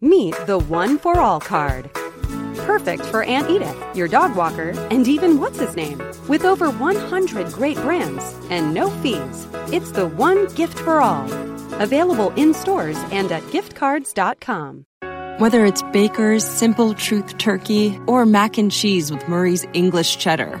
Meet the One for All card. Perfect for Aunt Edith, your dog walker, and even what's his name. With over 100 great brands and no fees, it's the one gift for all. Available in stores and at giftcards.com. Whether it's Baker's Simple Truth Turkey or mac and cheese with Murray's English Cheddar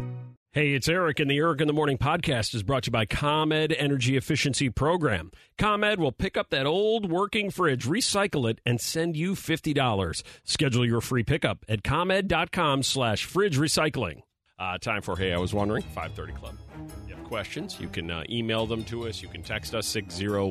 Hey, it's Eric, and the Eric in the Morning podcast is brought to you by ComEd Energy Efficiency Program. ComEd will pick up that old working fridge, recycle it, and send you $50. Schedule your free pickup at ComEd.com slash fridge recycling. Uh, time for Hey, I Was Wondering, 530 Club. If you have questions, you can uh, email them to us. You can text us,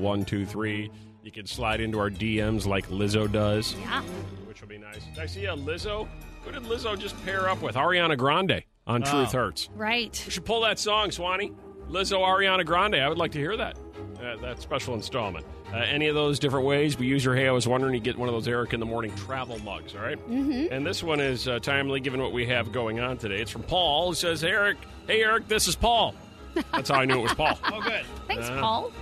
60123. You can slide into our DMs like Lizzo does, Yeah. which will be nice. Did I see uh, Lizzo? Who did Lizzo just pair up with? Ariana Grande on Truth Hurts. We Right. should pull that song, Swanee. Lizzo, Ariana Grande. I would like to hear that. Uh, that special installment. Uh, any of those different ways, but use your Hey, I Was Wondering. You get one of those Eric in the Morning travel mugs, all right? Mm-hmm. And this one is uh, timely given what we have going on today. It's from Paul, who says, Eric, hey, Eric, this is Paul. That's how I knew it was Paul. oh, good. Thanks, Paul.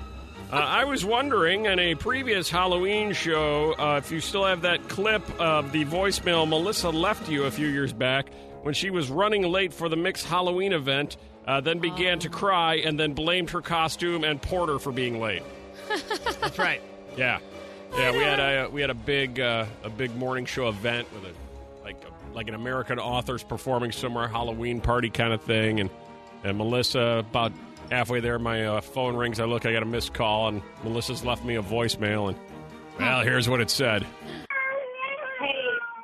Uh, I was wondering in a previous Halloween show uh, if you still have that clip of the voicemail Melissa left you a few years back when she was running late for the mixed Halloween event, uh, then began to cry and then blamed her costume and Porter for being late. That's right. Yeah, yeah, we had a we had a big uh, a big morning show event with a like a, like an American authors performing somewhere Halloween party kind of thing, and and Melissa about halfway there, my uh, phone rings. I look, I got a missed call, and Melissa's left me a voicemail, and well, here's what it said. Hey,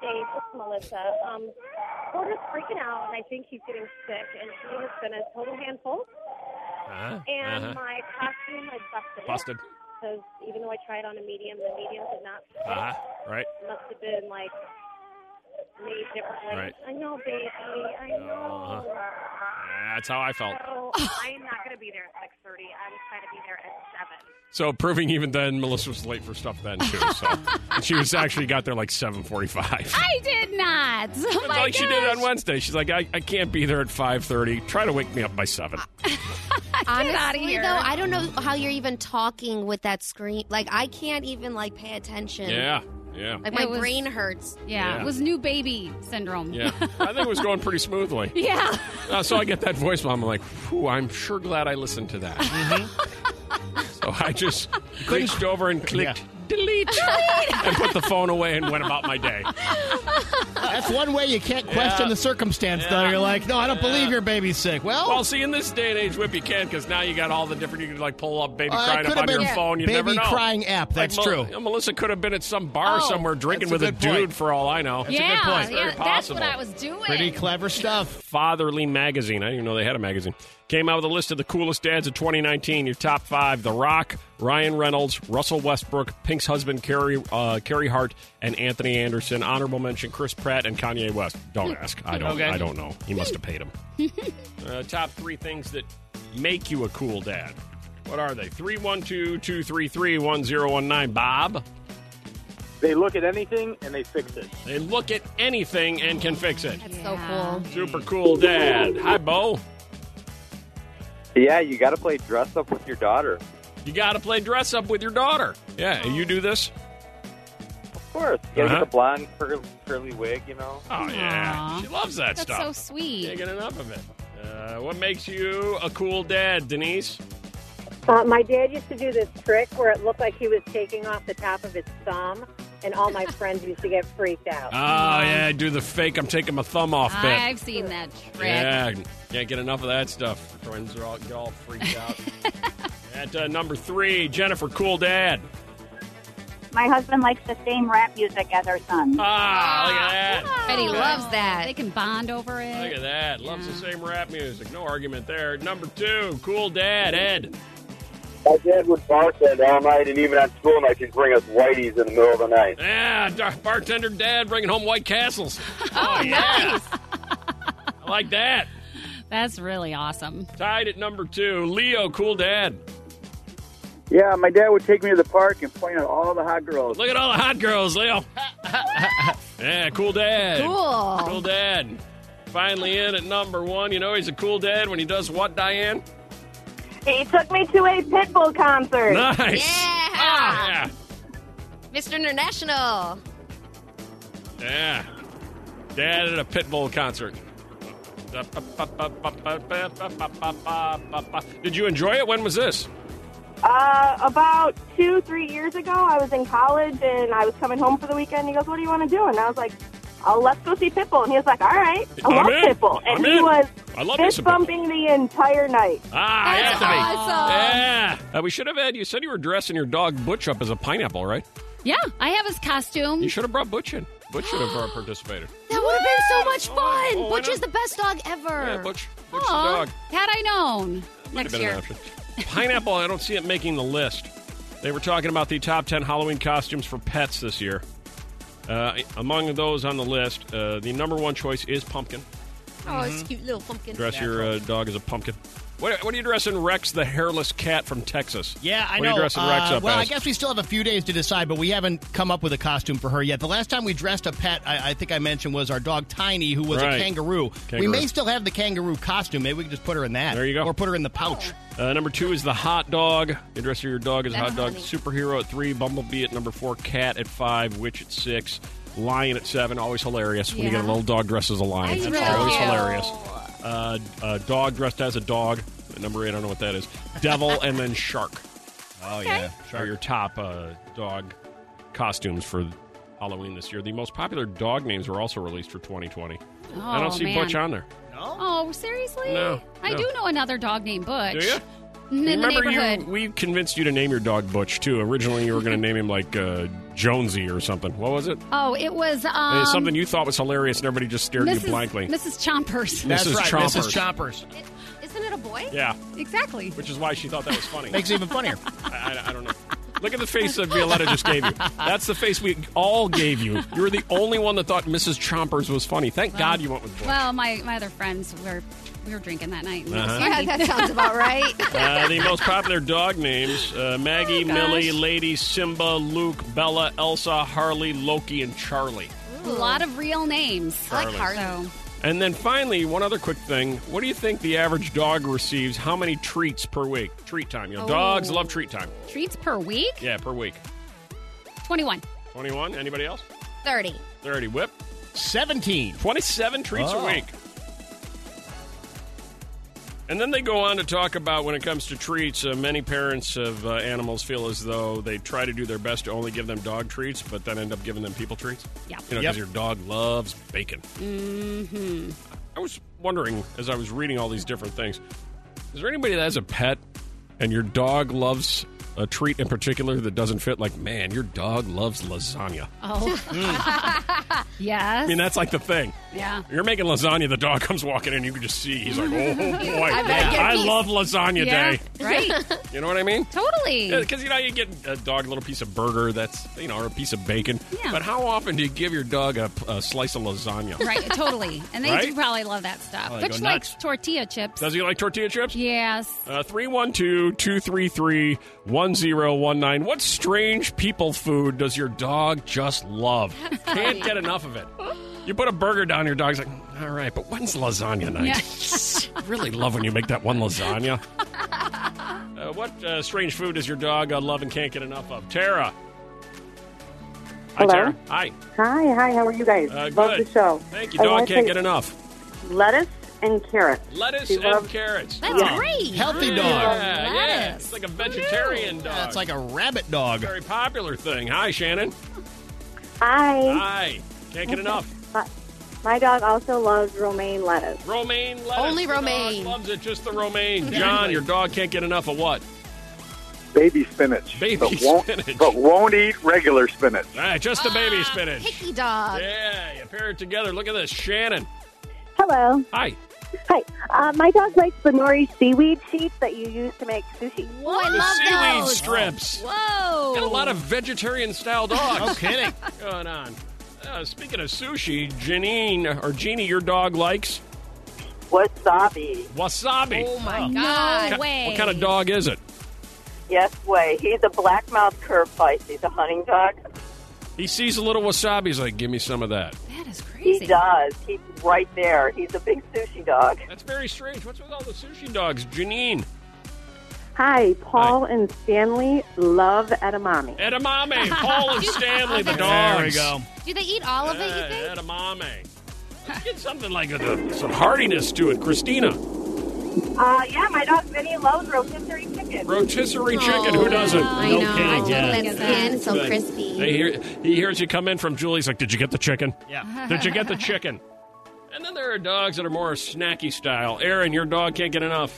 Dave, it's Melissa. Um, Porter's freaking out, and I think he's getting sick, and he has been a total handful. And Uh-huh. my costume, I busted. Busted. Because even though I tried on a medium, the medium did not fit. Uh-huh. Right. It must have been, like, made differently. Right. Uh-huh. I know, baby. I know. That's how I felt. So I am not going to be there at 6.30. I will try to be there at 7. So proving even then, Melissa was late for stuff then too. So And she was actually got there like seven forty-five. I did not. Oh It's my like she did gosh. on Wednesday. She's like, I, I can't be there at five thirty. Try to wake me up by seven. Uh, Get outta Honestly, here. though, I don't know how you're even talking with that screen. Like, I can't even like pay attention. Yeah, yeah, Like my It was- brain hurts. Yeah, Yeah. it was new baby syndrome. yeah. I think it was going pretty smoothly. Yeah. Uh, so I get that voicemail. I'm like, whew, I'm sure glad I listened to that. Mm-hmm. so I just reached over and clicked delete, and put the phone away and went about my day. That's one way you can't question the circumstance, though. You're like, no, I don't believe your baby's sick. Well, Well, see, in this day and age, Whip, you can because now you got all the different. You can like pull up baby uh, it crying up could've on your been phone. You baby never know. crying app. Like, That's Mel- true. Melissa could have been at some bar Oh, somewhere drinking that's with a a, good dude point. for all I know. a yeah. good point. yeah, Very that's what possible. I was doing. Pretty clever stuff. Fatherly Magazine. I didn't even know they had a magazine. Came out with a list of the coolest dads of 2019. Your top five: The Rock, Ryan Reynolds, Russell Westbrook, Pink's husband Carrie uh, Carrie Hart, and Anthony Anderson. Honorable mention: Chris Pratt and Kanye West. Don't ask. I don't. Okay. I don't know. He must have paid him. uh, top three things that make you a cool dad. What are they? 312 233 1019. Bob, They look at anything and they fix it. they look at anything and can fix it. It's so cool. Super cool dad. Hi, Bo. Yeah, you got to play dress up with your daughter. You got to play dress up with your daughter. Yeah, and you do this? Of course. You got to Uh-huh. get the blonde cur- curly wig, you know. Oh, yeah. Aw. She loves that That's so stuff. Can't sweet. get enough of it. Uh, what makes you a cool dad, Denise? Uh, my dad used to do this trick where it looked like he was taking off the top of his thumb, and all my friends used to get freaked out. Oh, yeah, do the fake I'm taking my thumb off bit. I've seen that trick. Yeah, can't get enough of that stuff. Friends are all, get all freaked out. At uh, number three, Jennifer, cool dad. My husband likes the same rap music as our son. Ah, look at that. And he loves that. They can bond over it. Look at that. Loves the same rap music. No argument there. Number two, cool dad, Ed. My dad would bartend all night and even on school nights, he'd bring us whiteys in the middle of the night. Yeah, dar- bartender Oh, dad bringing home White Castles. Oh, yeah. I like that. That's really awesome. Tied at number two, Leo, cool dad. Yeah, my dad would take me to the park and point out all the hot girls. Look at all the hot girls, Leo. yeah, cool dad. Cool. Cool dad. Finally in at number one. You know he's a cool dad when he does what, Diane? He took me to a Pitbull concert. Nice. Yeah. Ah, Mr. International. yeah. Yeah. Dad at a Pitbull concert. Did you enjoy it? When was this? Uh, about two, three years ago, I was in college and I was coming home for the weekend. He goes, "What do you want to do?" And I was like, oh, "Let's go see Pitbull." And he was like, "All right, I I'm love in. Pitbull." I'm And in. he was I love me fist some Pitbull. bumping the entire night. Ah, That's Anthony. awesome. Yeah. Uh, we should have had, you said you were dressing your dog Butch up as a pineapple, right? Yeah, I have his costume. You should have brought Butch in. Butch should have uh, participated. That would have been so much Oh, fun. oh, why Butch not? is the best dog ever. Yeah, Butch. Butch's Aw, dog. Had I known Might next have been an year. option. Pineapple, I don't see it making the list. They were talking about the top 10 Halloween costumes for pets this year. Uh, among those on the list, uh, the number one choice is pumpkin. Oh, it's cute little pumpkin. Mm-hmm. Dress your uh, dog as a pumpkin. What, what are you dressing Rex, the hairless cat from Texas? Yeah, I what know. Are you dressing Rex Uh, up well, as? I guess we still have a few days to decide, but we haven't come up with a costume for her yet. The last time we dressed a pet, I, I think I mentioned, was our dog Tiny, who was Right. a kangaroo. We Kangaroo. may still have the kangaroo costume. Maybe we can just put her in that. There you go. Or put her in the pouch. Uh, number two is the hot dog. You dress your dog as a That's hot dog. funny. Superhero at three, Bumblebee at number four, Cat at five, Witch at six, Lion at seven. Always hilarious when you Yeah. get a little dog dressed as a lion. That's It's really always cute. hilarious. Uh, a dog dressed as a dog. At number eight, I don't know what that is. Devil and then Shark Oh, yeah. are your top uh, dog costumes for Halloween this year. The most popular dog names were also released for 2020. Oh, I don't see man. Butch on there. Oh, seriously? No, I no. do know another dog named Butch. Do ya? In the Remember, you, neighborhood. we convinced you to name your dog Butch too. Originally, you were going to name him like uh, Jonesy or something. What was it? Oh, it was Uh, um, something you thought was hilarious, and everybody just stared at Mrs. you blankly. Mrs. Chompers. That's Mrs. right. Mrs. Chompers. Chompers. Isn't it a boy? Yeah, Exactly. which is why she thought that was funny. Makes it even funnier. I, I, I don't know. Look at the face that Violetta just gave you. That's the face we all gave you. You were the only one that thought Mrs. Chompers was funny. Thank God you went with Butch. Well, my, my other friends were we were drinking that night. and it was Uh-huh. Yeah, funny. that sounds about right. Uh, the most popular dog names uh, Maggie, Oh, gosh. Millie, Lady, Simba, Luke, Bella, Elsa, Harley, Loki, and Charlie. a lot of real names. I like Harley. So, And then finally, one other quick thing. What do you think the average dog receives? How many treats per week? Treat time. You know, dogs love treat time. treats per week? Yeah, per week. 21. 21. Anybody else? 30. 30. Whip. 17. 27 treats Oh. a week. And then they go on to talk about when it comes to treats, uh, many parents of uh, animals feel as though they try to do their best to only give them dog treats, but then end up giving them people treats. Yeah. You know, because Yep. your dog loves bacon. Mm-hmm. I was wondering as I was reading all these different things, is there anybody that has a pet and your dog loves a treat in particular that doesn't fit? Like, man, your dog loves lasagna. Oh. Hmm. yes. I mean, that's like the thing. yeah. You're making lasagna, the dog comes walking in, you can just see he's like, oh boy, I better get a I piece." love lasagna yeah. day. Right. You know what I mean? totally. Because you know you get a dog a little piece of burger that's you know or a piece of bacon. Yeah. But how often do you give your dog a, a slice of lasagna? Right, totally. And they Right? do probably love that stuff. Oh, they Butch go likes nuts. tortilla chips. Does he like tortilla chips? yes. Uh, 312-233-1019. What strange people food does your dog just love? Can't get enough of it. You put a burger down, your dog's like, all right, but when's lasagna night? I really love when you make that one lasagna. Uh, what uh, strange food does your dog uh, love and can't get enough of? Tara. Hi, Hello? Tara. Hi. Hi, hi. How are you guys? Uh, Love good. the show. Thank you. I Dog wanna can't say get enough. Lettuce and carrots. Lettuce She and loves- carrots. That's Yeah. great. Healthy yeah, dog. yeah. Lettuce. It's like a vegetarian dog. That's like a rabbit dog. very popular thing. Hi, Shannon. Hi. Hi. Can't get enough. My, my dog also loves romaine lettuce. Romaine lettuce. Only The dog romaine. loves it, just the romaine. John, your dog can't get enough of what? Baby spinach. Baby but won't, spinach. But won't eat regular spinach. All right, Ah, just the baby Ah, spinach. Picky dog. Yeah, you pair it together. Look at this. Shannon. Hello. Hi. Hi. Uh, my dog likes the nori seaweed sheets that you use to make sushi. Whoa, I the seaweed love those. strips. Whoa. Got a lot of vegetarian style dogs No kidding. going on. Uh, speaking of sushi, Janine or Jeannie, your dog likes Wasabi. Wasabi. Oh my God. Ki- What kind of dog is it? Yes, way. He's a blackmouth curb He's a hunting dog. He sees a little wasabi. He's like, give me some of that. He does. He's right there. He's a big sushi dog. That's very strange. What's with all the sushi dogs? Janine. Hi, Paul and Stanley love edamame. Edamame. Paul and Stanley, the dogs. There we go. Do they eat all of it, you Yeah, think? Edamame. Let's get something like that. Some hardiness to it. Christina. Uh, yeah, my dog Vinny loves rotisserie chicken. Rotisserie chicken. Who doesn't? I no know. I kidding. totally yeah. get that. Skin, so Good. crispy. They hear, he hears you come in from Julie's like, did you get the chicken? Yeah. Did you get the chicken? And then there are dogs that are more snacky style. Aaron, your dog can't get enough.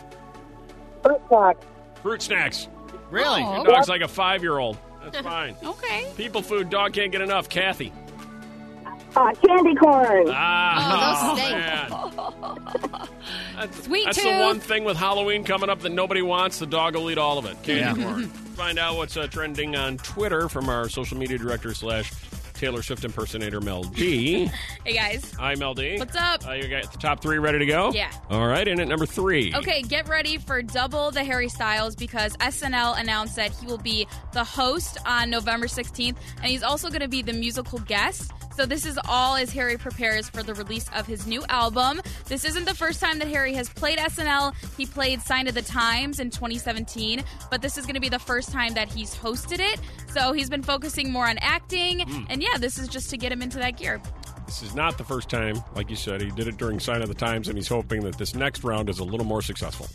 Fruit snacks. Fruit snacks. Really? Your dog's like a five year old. That's fine. okay. People food, dog can't get enough. Kathy. Uh, candy corn. Ah, Oh, those stink. man. That's, Sweet That's tooth. the one thing with Halloween coming up that nobody wants. The dog will eat all of it. Candy Yeah. corn. Find out what's uh, trending on Twitter from our social media director slash Taylor Swift impersonator Mel D. Hey, guys. Hi, Mel D. What's up? Uh, you got the top three ready to go? Yeah. All right, and at number three. Okay, get ready for double the Harry Styles because SNL announced that he will be the host on November 16th, and he's also going to be the musical guest. So, this is all as Harry prepares for the release of his new album. This isn't the first time that Harry has played SNL. He played Sign of the Times in 2017, but this is going to be the first time that he's hosted it. So, he's been focusing more on acting, Mm. and yeah, this is just to get him into that gear. This is not the first time, like you said, he did it during Sign of the Times, and he's hoping that this next round is a little more successful.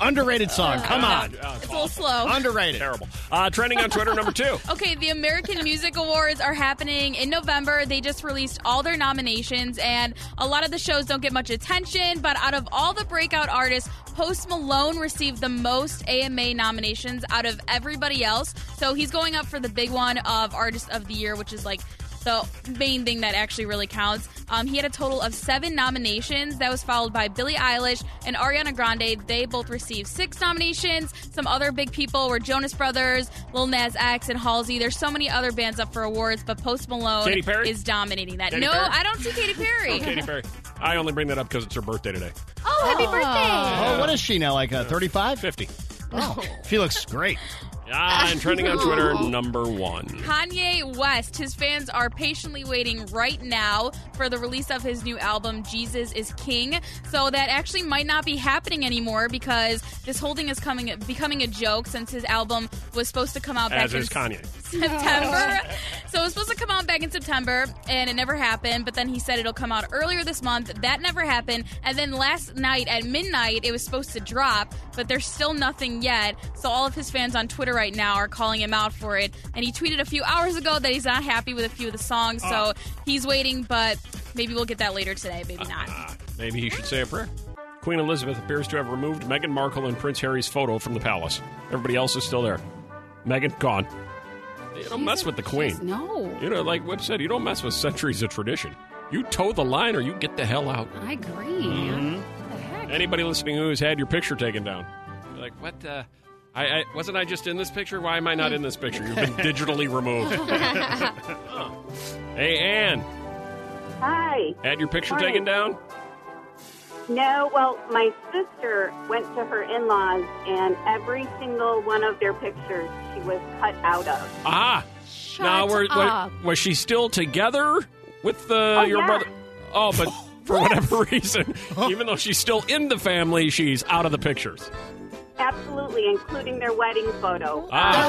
Underrated song. Come on. It's a little slow. Underrated. Oh, Terrible. Uh, trending on Twitter, number two. Okay, the American Music Awards are happening in November. They just released all their nominations, and a lot of the shows don't get much attention. But out of all the breakout artists, Post Malone received the most AMA nominations out of everybody else. So he's going up for the big one of Artist of the Year, which is like the main thing that actually really counts. Um, he had a total of seven nominations. That was followed by Billie Eilish and Ariana Grande. They both received six nominations. Some other big people were Jonas Brothers, Lil Nas X, and Halsey. There's so many other bands up for awards, but Post Malone Katy Perry? is dominating that. Katy no, Perry? I don't see Katy Perry. Oh, Katy Perry. I only bring that up because it's her birthday today. Oh, happy birthday! Oh, what is she now? Like uh, 35? 50. Oh. She looks great. Ah, and trending on Twitter, number one. Kanye West, his fans are patiently waiting right now for the release of his new album, Jesus is King. So that actually might not be happening anymore because this holding is coming becoming a joke since his album was supposed to come out As back is in Kanye. September. so it was supposed to come out back in September, Uh. and it never happened. But then he said it'll come out earlier this month. That never happened. And then last night at midnight, it was supposed to drop, but there's still nothing yet. So all of his fans on Twitter right now are calling him out for it. And he tweeted a few hours ago that he's not happy with a few of the songs. So Uh. he's waiting, but maybe we'll get that later today. Maybe not. Ah, Maybe he should say a prayer. Queen Elizabeth appears to have removed Meghan Markle and Prince Harry's photo from the palace. Everybody else is still there. Meghan, gone. You don't mess with the queen. No. You know, like Whip said, you don't mess with centuries of tradition. You toe the line or you get the hell out. I agree. Mm-hmm. Anybody listening who has had your picture taken down, you're like, what the? I, I wasn't I just in this picture? Why am I not in this picture? You've been digitally removed. hey, Anne, Hi. had your picture Morning. taken down? No, well, my sister went to her in laws, and every single one of their pictures she was cut out of. Ah, now we're, up. we're- was she still together with the Oh, your yeah. brother? Oh, but for whatever reason, even though she's still in the family, she's out of the pictures. Absolutely, including their wedding photo. Ah.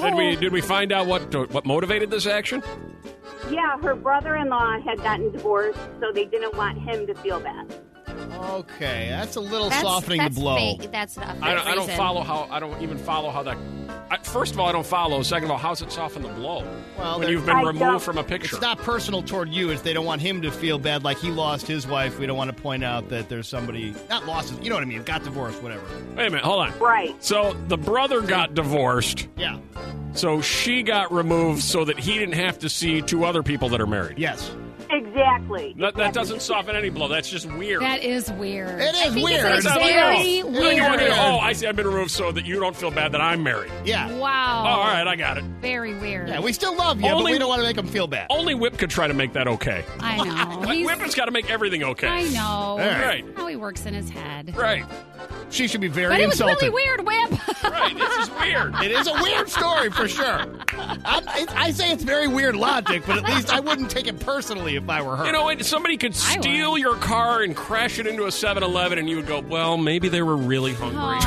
Their wedding photo! Did we did we find out what what motivated this action? Yeah, her brother in law had gotten divorced, so they didn't want him to feel bad. Okay, that's a little That's- softening that's the blow. fake. That's not. I don't, I don't follow how I don't even follow how that. I, first of all, I don't follow. Second of all, how's it soften the blow when there- you've been removed from a picture? It's not personal toward you. It's they don't want him to feel bad like he lost his wife. We don't want to point out that there's somebody not lost. His, you know what I mean? Got divorced, whatever. Wait a minute, hold on. Right. So the brother got divorced. Yeah. So she got removed so that he didn't have to see two other people that are married. Yes. Exactly. That, that doesn't soften any blow. That's just weird. That is weird. It I is think weird. It's It's not like like, very oh, weird. you want me to- oh, I see. I've been removed so that you don't feel bad that I'm married. Yeah. Wow. Oh, all right. I got it. Very weird. Yeah, we still love you, but Only- Oh. we don't want to make them feel bad. Only Whip could try to make that okay. I know. Like, He's- Whip has got to make everything okay. I know. All right. How he works in his head. Right. She should be very But it was insulted. really weird, Whip. right. This is weird. It is a weird story for sure. I'm, it, I say it's very weird logic, but at least I wouldn't take it personally if I were her. You know, and somebody could steal your car and crash it into a 7-Eleven, and you would go, "Well, maybe they were really hungry."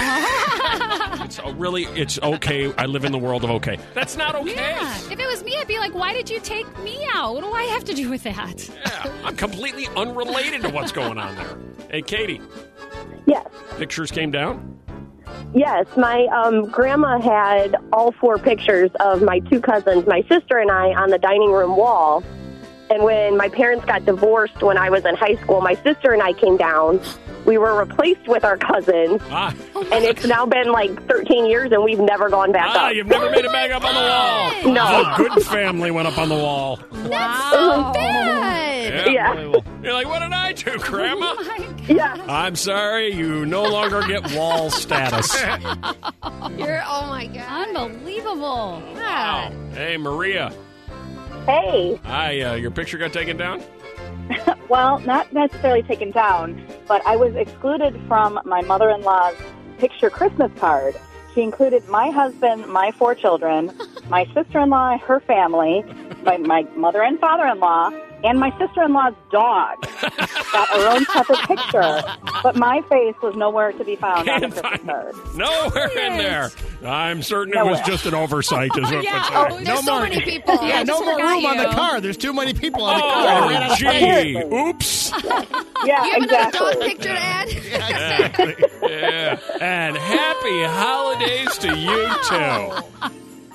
it's oh, really, it's okay. I live in the world of okay. That's not okay. Yeah. If it was me, I'd be like, why did you take me out? What do I have to do with that? I'm completely unrelated to what's going on there. Hey, Katie. Yes. Pictures came down. Yes, my um, grandma had all four pictures of my two cousins, my sister and I, on the dining room wall. And when my parents got divorced when I was in high school, my sister and I came down. We were replaced with our cousins. Ah. and it's now been like 13 years, and we've never gone back Ah, up. you've never made it back up on the wall. No. The good family went up on the wall. Oh, Wow. Yeah. Oh You're like, what did I do, Grandma? Yeah. I'm sorry, you no longer get wall status. You're, oh my God. Unbelievable. Wow. Hey, Maria. Hey, Hi, uh, your picture got taken down? well, not necessarily taken down, but I was excluded from my mother in law's picture Christmas card. She included my husband, my four children, my sister in law, her family, my, my mother and father in law, and my sister in law's dog. Got her own separate picture, but my face was nowhere to be found on the Christmas card. Nowhere in there. I'm certain it was just an oversight, is what Yeah, I'm oh, saying. there's No so more- many people. yeah, I no just more forgot room on the you. car. There's too many people on the car. I ran out Oh, of gee. space. Yeah, Oops. you have exactly. another dog picture to add? Yeah. And happy holidays to you, too.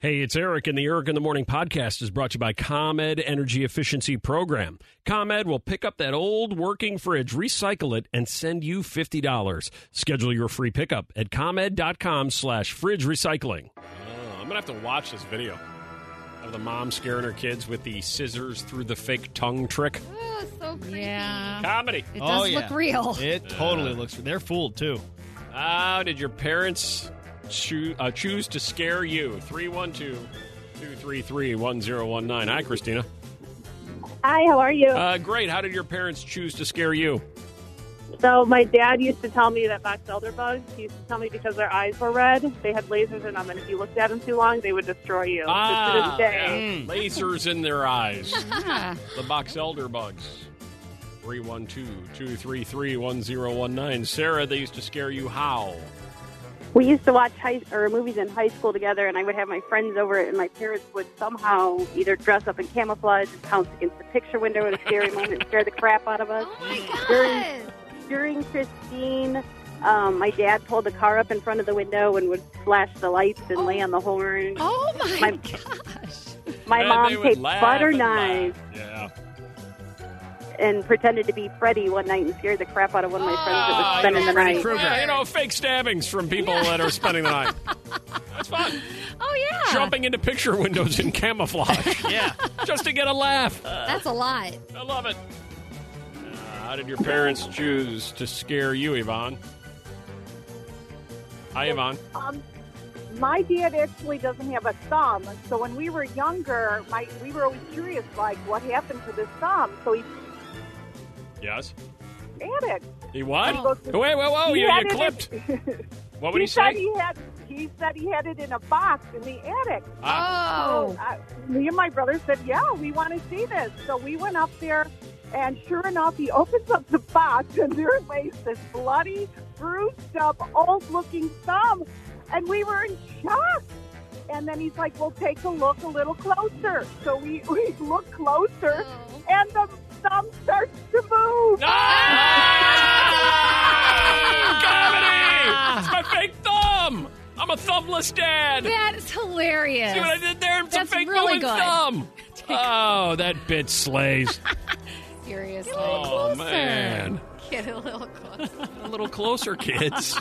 Hey, it's Eric, and the Eric in the Morning podcast is brought to you by ComEd Energy Efficiency Program. ComEd will pick up that old working fridge, recycle it, and send you $50. Schedule your free pickup at ComEd.com slash fridge recycling. Oh, I'm gonna have to watch this video of the mom scaring her kids with the scissors through the fake tongue trick. Oh, so creepy. Yeah. Comedy. It does look real. Oh, It totally looks. They're fooled too. How did your parents choo- uh, choose to scare you? 312 233 1019. Hi, Christina. Hi, how are you? Uh, great. How did your parents choose to scare you? So my dad used to tell me that box elder bugs. He used to tell me because their eyes were red, they had lasers in them, and if you looked at them too long, they would destroy you. Ah, Just to this day. yeah. lasers in their eyes. the box elder bugs. 312 233 1019. Sarah, they used to scare you how? We used to watch high, or movies in high school together, and I would have my friends over, and my parents would somehow either dress up in camouflage and pounce against the picture window at a scary moment and scare the crap out of us. Oh During, during Christine, um, my dad pulled the car up in front of the window and would flash the lights and lay on the horn. Oh my, My And mom they would taped laugh butter and laugh. knives Yeah. and pretended to be Freddy one night and scared the crap out of one of my friends that was Ah, spending you know, the Freddy night. Krueger. Yeah, you know, fake stabbings from people that are spending the night. That's fun. Oh, yeah. Jumping into picture windows in camouflage. yeah. Just to get a laugh. That's a lot. I love it. Ah, How did your parents choose to scare you, Yvonne? Hi, Yvonne. Um, my dad actually doesn't have a thumb, so when we were younger, my we were always curious, like what happened to this thumb. So he Yes. had it. He what? Wait, whoa, whoa, He you, had you it in- clipped. What would he he said say? he had. He said he had it in a box in the attic. Ah. Oh. So, uh, me and my brother said, "Yeah, we want to see this." So we went up there, And sure enough, he opens up the box, and there lays this bloody, bruised up, old looking thumb. And we were in shock. And then he's like, Well, take a look a little closer. So we, we look closer, Oh. and the thumb starts to move. Ah! Comedy! It's my fake thumb. I'm a thumbless dad. That is hilarious. See what I did there? It's That's a fake really glowing good. thumb. Oh, that bitch slays. Seriously. oh man. Get a little closer. A little closer, kids, so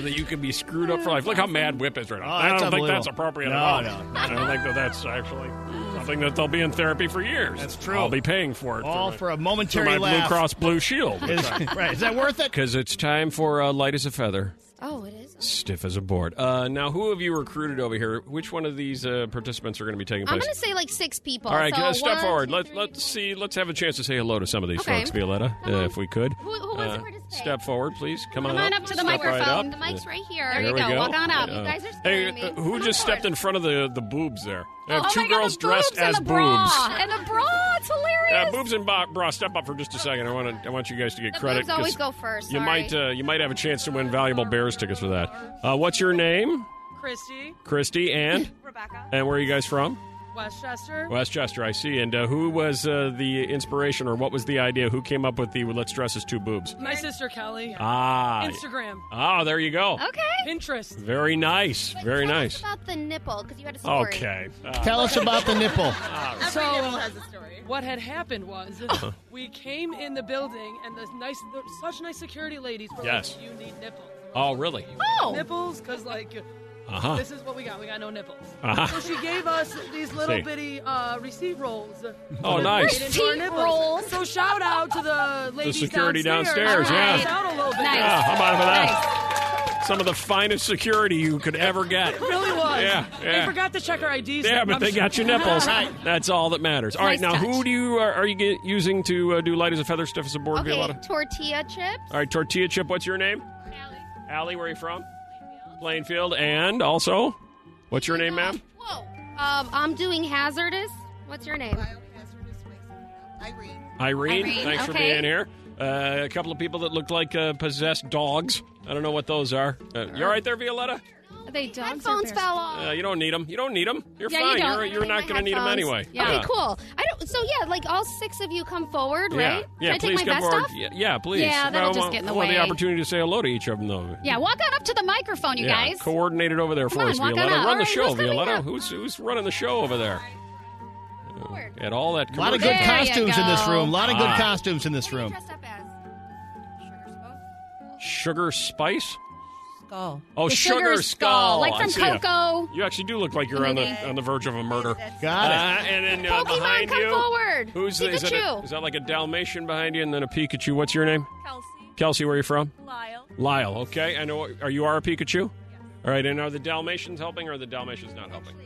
that you can be screwed up for life. Look how mad Whip is right now. Oh, I that's don't think that's unbelievable. appropriate No, at all. no. I don't think that that's actually. I think that they'll be in therapy for years. That's true. I'll be paying for it. All my- for a momentary my laugh. Blue Cross Blue Shield. Is- right. Is that worth it? Because it's time for uh, light as a feather. Oh, it is. Stiff as a board. Uh, now, who have you recruited over here? Which one of these uh, participants are going to be taking I'm place? going to say like six people. All right, so uh, step one- forward. Let, let's see. Let's have a chance to say hello to some of these Okay. folks, Violetta, uh, if we could. Uh, Who- who wants to Step forward, please. Come, Come on up to the Step right microphone. up. The mic's right here. There There you we go. Walk on up. You Uh, guys are hey, scaring uh, me. who just stepped in front of the, the boobs there? I have Oh two my God, girls the dressed boobs and as the bra. boobs. And the bra. It's hilarious. Uh, boobs and bo- bra, step up for just a second. I want to. I want you guys to get The credit. boobs always 'cause go first, You sorry. might. Uh, you might have a chance to win valuable Bears tickets for that. Uh, what's your name, Christy, Christy? And Rebecca, and where are you guys from? Westchester. Westchester, I see. And uh, who was uh, the inspiration, or what was the idea? Who came up with the "Let's dress as two boobs"? My sister Kelly. Ah, Instagram. Ah, there you go. Okay. Pinterest. Very nice. Very nice. about the nipple because you had a story. Okay. Uh, Tell us about the nipple. So, what had happened was we came in the building, and the nice, the, such nice security ladies were Yes. like, "You need nipples, Oh, really? nipples, because like, Uh-huh. this is what we got. We got no nipples." Uh-huh. So she gave us these little See. bitty uh, receipt rolls. Oh, that nice. made into our Receipt nipples. rolls. So shout out to the ladies security downstairs, Shout yeah. Uh-huh. us out a little bit. Yeah, how about for that? Some of the finest security you could ever get. It really was. Yeah, They yeah. forgot to check our IDs. Yeah, but I'm they sure. got your nipples. That's all that matters. All right, Nice now who touch. do you are, are you get, using to uh, do light as a feather, stiff as a board, Okay, Violetta? tortilla chips. All right, tortilla chip. What's your name? Allie. Allie, where are you from? Plainfield. And also, what's your name, ma'am? Whoa. Um, I'm doing hazardous. What's your name? Irene. Irene, Thanks for okay. being here. Uh, a couple of people that look like uh, possessed dogs. I don't know what those are. Uh, you all right there, Violetta? They dogs Phones fell off. Uh, you don't need them. You don't need them. You're Yeah, you fine. don't. are you're not going to need them anyway. Okay, cool. I don't. So yeah, like all six of you come forward, Yeah, right? yeah. Should I please take my come vest forward. off? Yeah, yeah, please. Yeah, that'll I just want- get in I the want the way. opportunity to say hello to each of them, though. Yeah, walk on up to the microphone, you Yeah, guys. Coordinate it over there Come for on, us, walk on Violetta. up. Run All the right, show, who's coming Violetta. up? Who's who's running the show over there? At all that A lot of good commercial- costumes in this room. A lot of good Ah. costumes in this room. Sugar spice. Skull. Oh, The sugar, sugar skull, skull. like I from see ya. Coco. You actually do look like you're on the on the verge of a murder. Got it. Uh, and then uh, Pokemon, behind come you, forward. who's the- is, that a- Pikachu. is that like a Dalmatian behind you, and then a Pikachu? What's your name? Kelsey. Kelsey, where are you from? Lyle. Lyle. Okay, I know. Are you are a Pikachu? All right, and are the Dalmatians helping or are the Dalmatians not helping?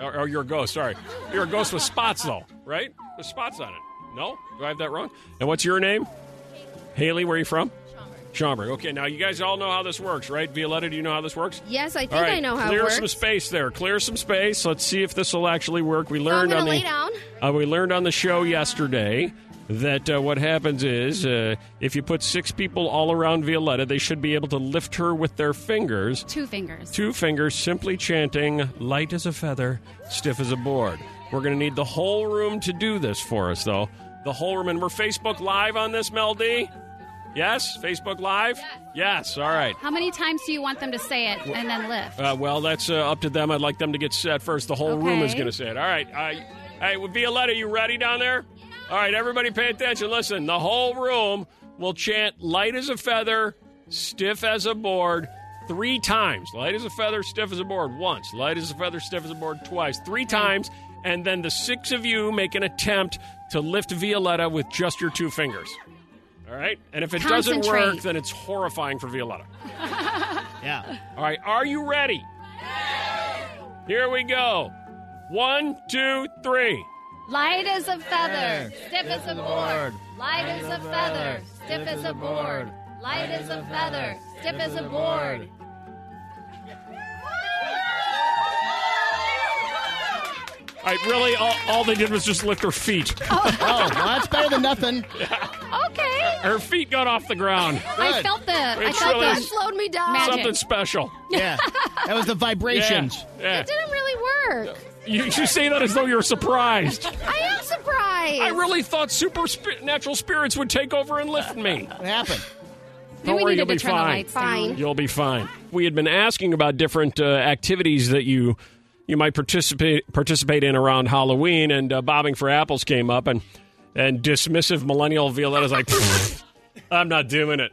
Or, or you're a ghost. Sorry, you're a ghost with spots though, right? There's spots on it. No, do I have that wrong? And what's your name? Haley, where are you from? Schaumburg. Schaumburg. Okay, now you guys all know how this works, right? Violetta, do you know how this works? Yes, I think All right, I know how clear it works. some space there. Clear some space. Let's see if this will actually work. We learned gonna on the lay down. Uh, we learned on the show yesterday that uh, what happens is uh, if you put six people all around Violetta, they should be able to lift her with their fingers. Two fingers. Two fingers simply chanting, light as a feather, stiff as a board. We're going to need the whole room to do this for us, though. The whole room. And we're Facebook Live on this, Mel D? Yes? Facebook Live? Yes. All right. How many times do you want them to say it and then lift? Uh, well, that's uh, up to them. I'd like them to get set first. The whole room is Okay. going to say it. All right. Uh, hey, well, Violetta, you ready down there? All right, everybody pay attention. Listen, the whole room will chant light as a feather, stiff as a board. Three times. Light as a feather, stiff as a board. Once. Light as a feather, stiff as a board. Twice. Three times. And then the six of you make an attempt to lift Violetta with just your two fingers. All right? And if it doesn't work, Concentrate. then it's horrifying for Violetta. Yeah. All right, are you ready? Here we go. One, two, three. Light as a feather, stiff as a board. Light as a feather, stiff as a board. Light as a feather, stiff as a board. All right, really, all, all they did was just lift her feet. Oh, well, that's better than nothing. Okay. Her feet got off the ground. I felt that. I It's felt really that. slowed me down. Something special. Yeah, that was the vibrations. Yeah. It didn't really work. You, you say that as though you're surprised. I am surprised. I really thought supernatural spirits would take over and lift me. What happened? Don't we worry, needed you'll to be turn the fine. lights down. Fine. You'll be fine. We had been asking about different uh, activities that you you might participate participate in around Halloween, and uh, bobbing for apples came up, and and dismissive millennial Violetta's like, "Pfft, I'm not doing it.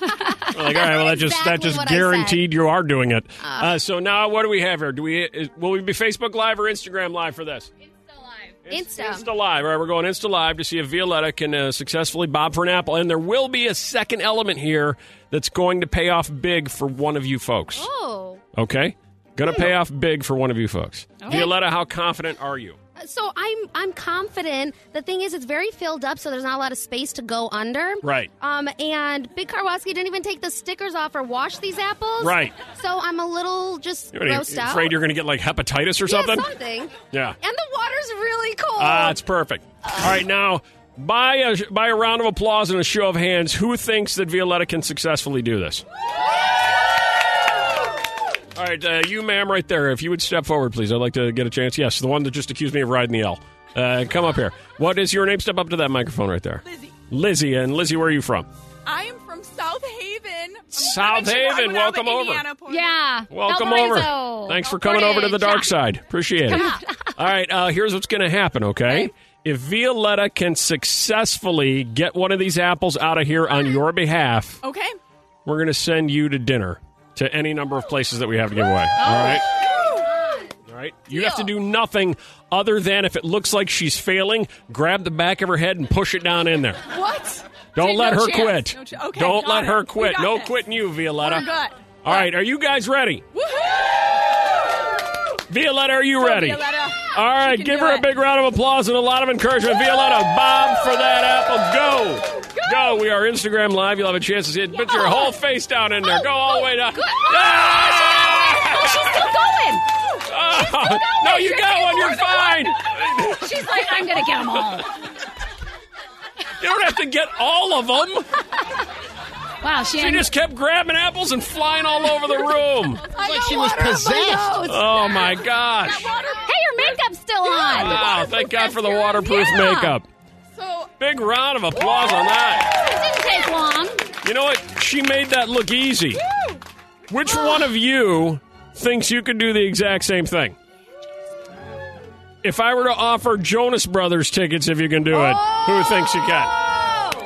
We're like, all right, well that just that exactly just what I said. guaranteed you are doing it. Uh, so now what do we have here? Do we is, will we be Facebook Live or Instagram Live for this? Insta. Insta Live. All right, we're going Insta Live to see if Violetta can uh, successfully bob for an apple. And there will be a second element here that's going to pay off big for one of you folks. Oh. Okay? Going to pay off big for one of you folks. Okay. Violetta, how confident are you? So I'm I'm confident. The thing is, it's very filled up, so there's not a lot of space to go under. Right. Um, and Big Karwaski didn't even take the stickers off or wash these apples. Right. So I'm a little just What are you grossed out. afraid you're going to get like hepatitis or something? Yeah, something. Yeah. And the water's really cold. Ah, it's perfect. All right, now by a by a round of applause and a show of hands, who thinks that Violetta can successfully do this? All right, uh, you, ma'am, right there. If you would step forward, please, I'd like to get a chance. Yes, the one that just accused me of riding the L. Uh, come up here. What is your name? Step up to that microphone right there. Lizzie. Lizzie, and Lizzie, where are you from? I am from South Haven. South Haven. Welcome over. Yeah. Welcome over. Thanks for coming over to the dark side. Appreciate it. Yeah. All right, uh, here's what's going to happen, okay? If Violetta can successfully get one of these apples out of here on your behalf, Okay. we're going to send you to dinner to any number of places that we have to give away. All right? All right. You have to do nothing other than if it looks like she's failing, grab the back of her head and push it down in there. What? Don't Dude, let no her chance. quit. No cha- okay, Don't got let it. her We quit. got No this. quitting you, Violetta. We're good. All right, are you guys ready? Violetta, are you Go, ready? Violetta. All right, can give do her a it. big round of applause and a lot of encouragement. Violetta, bob for that apple. Go. Go. We are Instagram Live. You'll have a chance to see it. Put your whole face down in there. Go all the way down. Oh, she's still going. Oh, no, you She's got got one. more You're than fine. She's like, I'm gonna get them all. You don't have to get all of them. Wow, she, She just kept grabbing apples and flying all over the room. Like she was possessed. Oh, my gosh. Hey, your makeup's still on. Wow, thank God for the waterproof makeup. So Big round of applause on that. It didn't take long. You know what? She made that look easy. Which one of you thinks you could do the exact same thing? If I were to offer Jonas Brothers tickets, if you can do it, who thinks you can?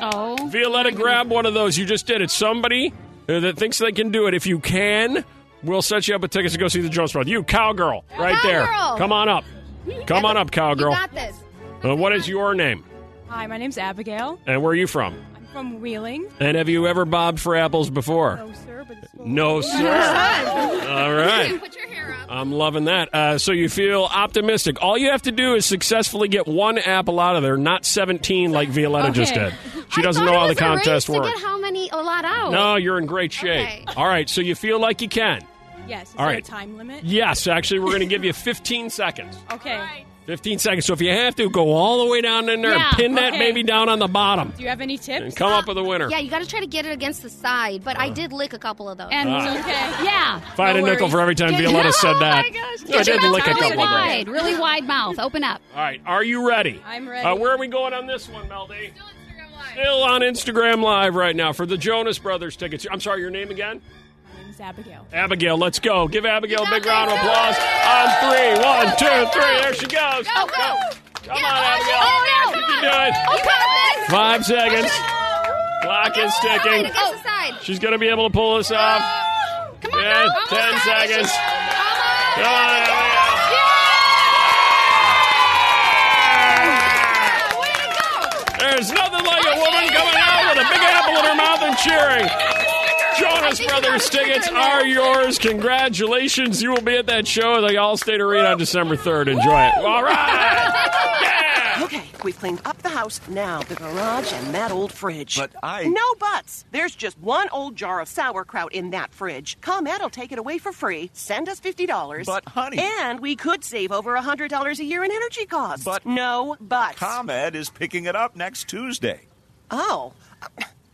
Oh. Violetta, grab one of those. You just did it. Somebody uh, that thinks they can do it, if you can, we'll set you up with tickets to go see the Jonas Brothers. You, cowgirl, right Cowgirl. there. Come on up. Come on up, You cowgirl. got this. Uh, what is your name? Hi, my name's Abigail. And where are you from? I'm from Wheeling. And have you ever bobbed for apples before? No, sir, but this will- No, sir. All right. I'm loving that. Uh, so you feel optimistic. All you have to do is successfully get one apple out of there, not 17 like Violetta just Okay. did. She doesn't know Thought it how was a the race contest to works. get how many a lot out? No, you're in great shape. Okay. All right, so you feel like you can. Yes. Is All there right. a time limit? Yes, actually, we're going to give you 15 seconds. Okay. 15 seconds. So if you have to, go all the way down in there Yeah, and pin that okay. baby down on the bottom Do you have any tips? and come up with a winner. Yeah, you got to try to get it against the side. But Uh. I did lick a couple of those. And it's Oh Ah. okay. Yeah. Find a nickel for every time Violetta said oh that. I Get your did mouth lick a really couple of them. wide, really wide mouth. Open up. All right, are you ready? I'm Uh, where are we going on this one, Melody? Still on Instagram Live right now for the Jonas Brothers tickets. I'm sorry, your name again? My name's Abigail. Abigail, let's go. Give Abigail a big round of applause. On three, one, two, three. There she goes. Go, go. Come on, Abigail. You can do it. Five seconds. Clock is ticking. Against the side. She's going to be able to pull this off. Oh, Come on, yeah, ten seconds. Come on, Abigail. There's nothing like a woman coming out with a big apple in her mouth and cheering. Jonas Brothers tickets are yours. Congratulations. You will be at that show at the Allstate Arena on December 3rd. Enjoy it. All right. Yeah. Okay, we've cleaned up the house, now the garage and that old fridge. But I- No buts! There's just one old jar of sauerkraut in that fridge. ComEd will take it away for free. Send us $50. But, honey- And we could save over $100 a year in energy costs. But. No buts. ComEd is picking it up next Tuesday. Oh.